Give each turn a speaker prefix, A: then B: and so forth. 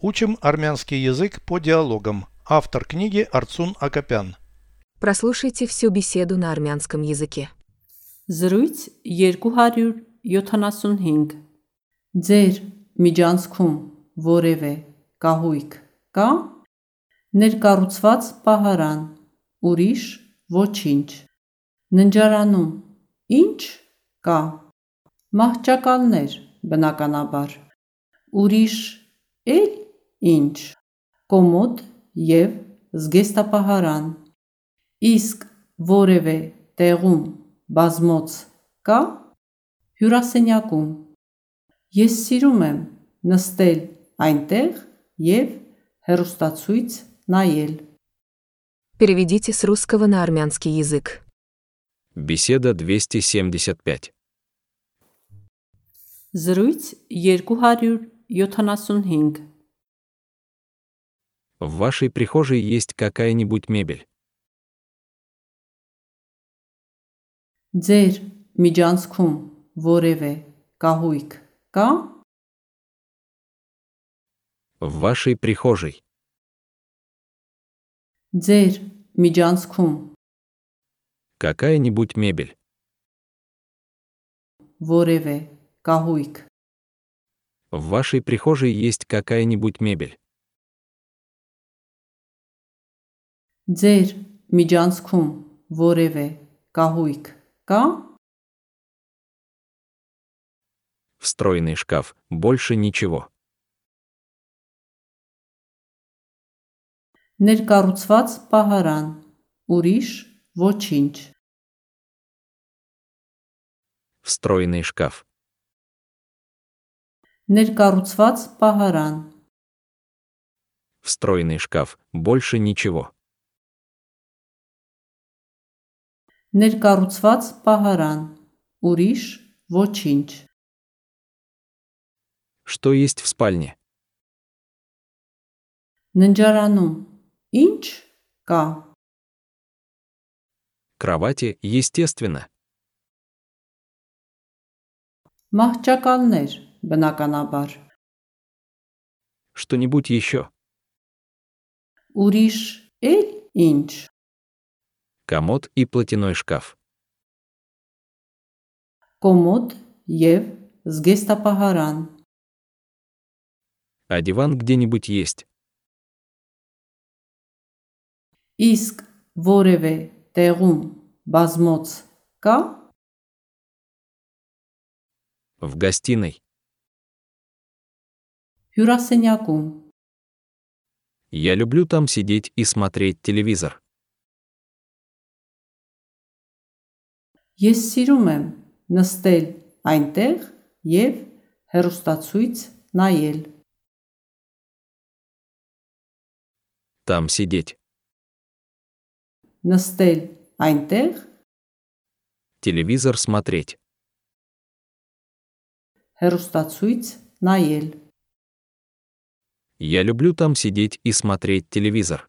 A: Учим армянский язык по диалогам. Автор книги Арцун Акопян.
B: Прослушайте всю беседу на армянском языке.
C: Զրույց 275 Ձեր միջանցքում որևէ կահույք կա ներկառուցված պահարան ուրիշ ոչինչ ննջարանում ի՞նչ կա մահճակալներ բնականաբար ուրիշ էլ ի՞նչ կոմոդ եւ զգեստապահարան Իսկ որևէ տեղում բազմոց կա հյուրասենյակում։ Ես սիրում եմ նստել այնտեղ եւ հերոստացույց նայել։
B: Переведите с русского на армянский язык.
D: Беседа 275.
C: Զրույց 275
D: В вашей прихожей есть какая-нибудь мебель?
C: Ձեր միջանցքում որևէ կահույք կա
D: В вашей прихожей.
C: ձեր միջանցքում
D: Какая-нибудь мебель.
C: որևէ կահույք
D: В вашей прихожей есть какая-нибудь мебель.
C: ձեր միջանցքում որևէ կահույք կա
D: Встроенный шкаф, больше ничего.
C: ներկառուցված պահարան ուրիշ ոչինչ
D: Встроенный шкаф.
C: ներկառուցված պահարան
D: Встроенный шкаф, больше ничего.
C: ներկառուցված պահարան ուրիշ ոչինչ
D: Что есть в спальне?
C: ննջարանում ի՞նչ կա
D: Кровати, естественно.
C: մահճակալներ բնականաբար
D: Что-нибудь еще?
C: ուրիշ էլ ինչ
D: Комод и платяной шкаф.
C: կոմոդ եւ զգեստապահարան
D: А диван где-нибудь есть?
C: իսկ որևէ տեղում բազմոց կա
D: В гостиной.
C: հյուրասենյակում
D: Я люблю там сидеть и смотреть телевизор.
C: ես սիրում եմ նստել այնտեղ եւ հերոստացույց նայել
D: Там сидеть.
C: նստել այնտեղ
D: Телевизор смотреть.
C: հերոստացույց նայել
D: Я люблю там сидеть и смотреть телевизор.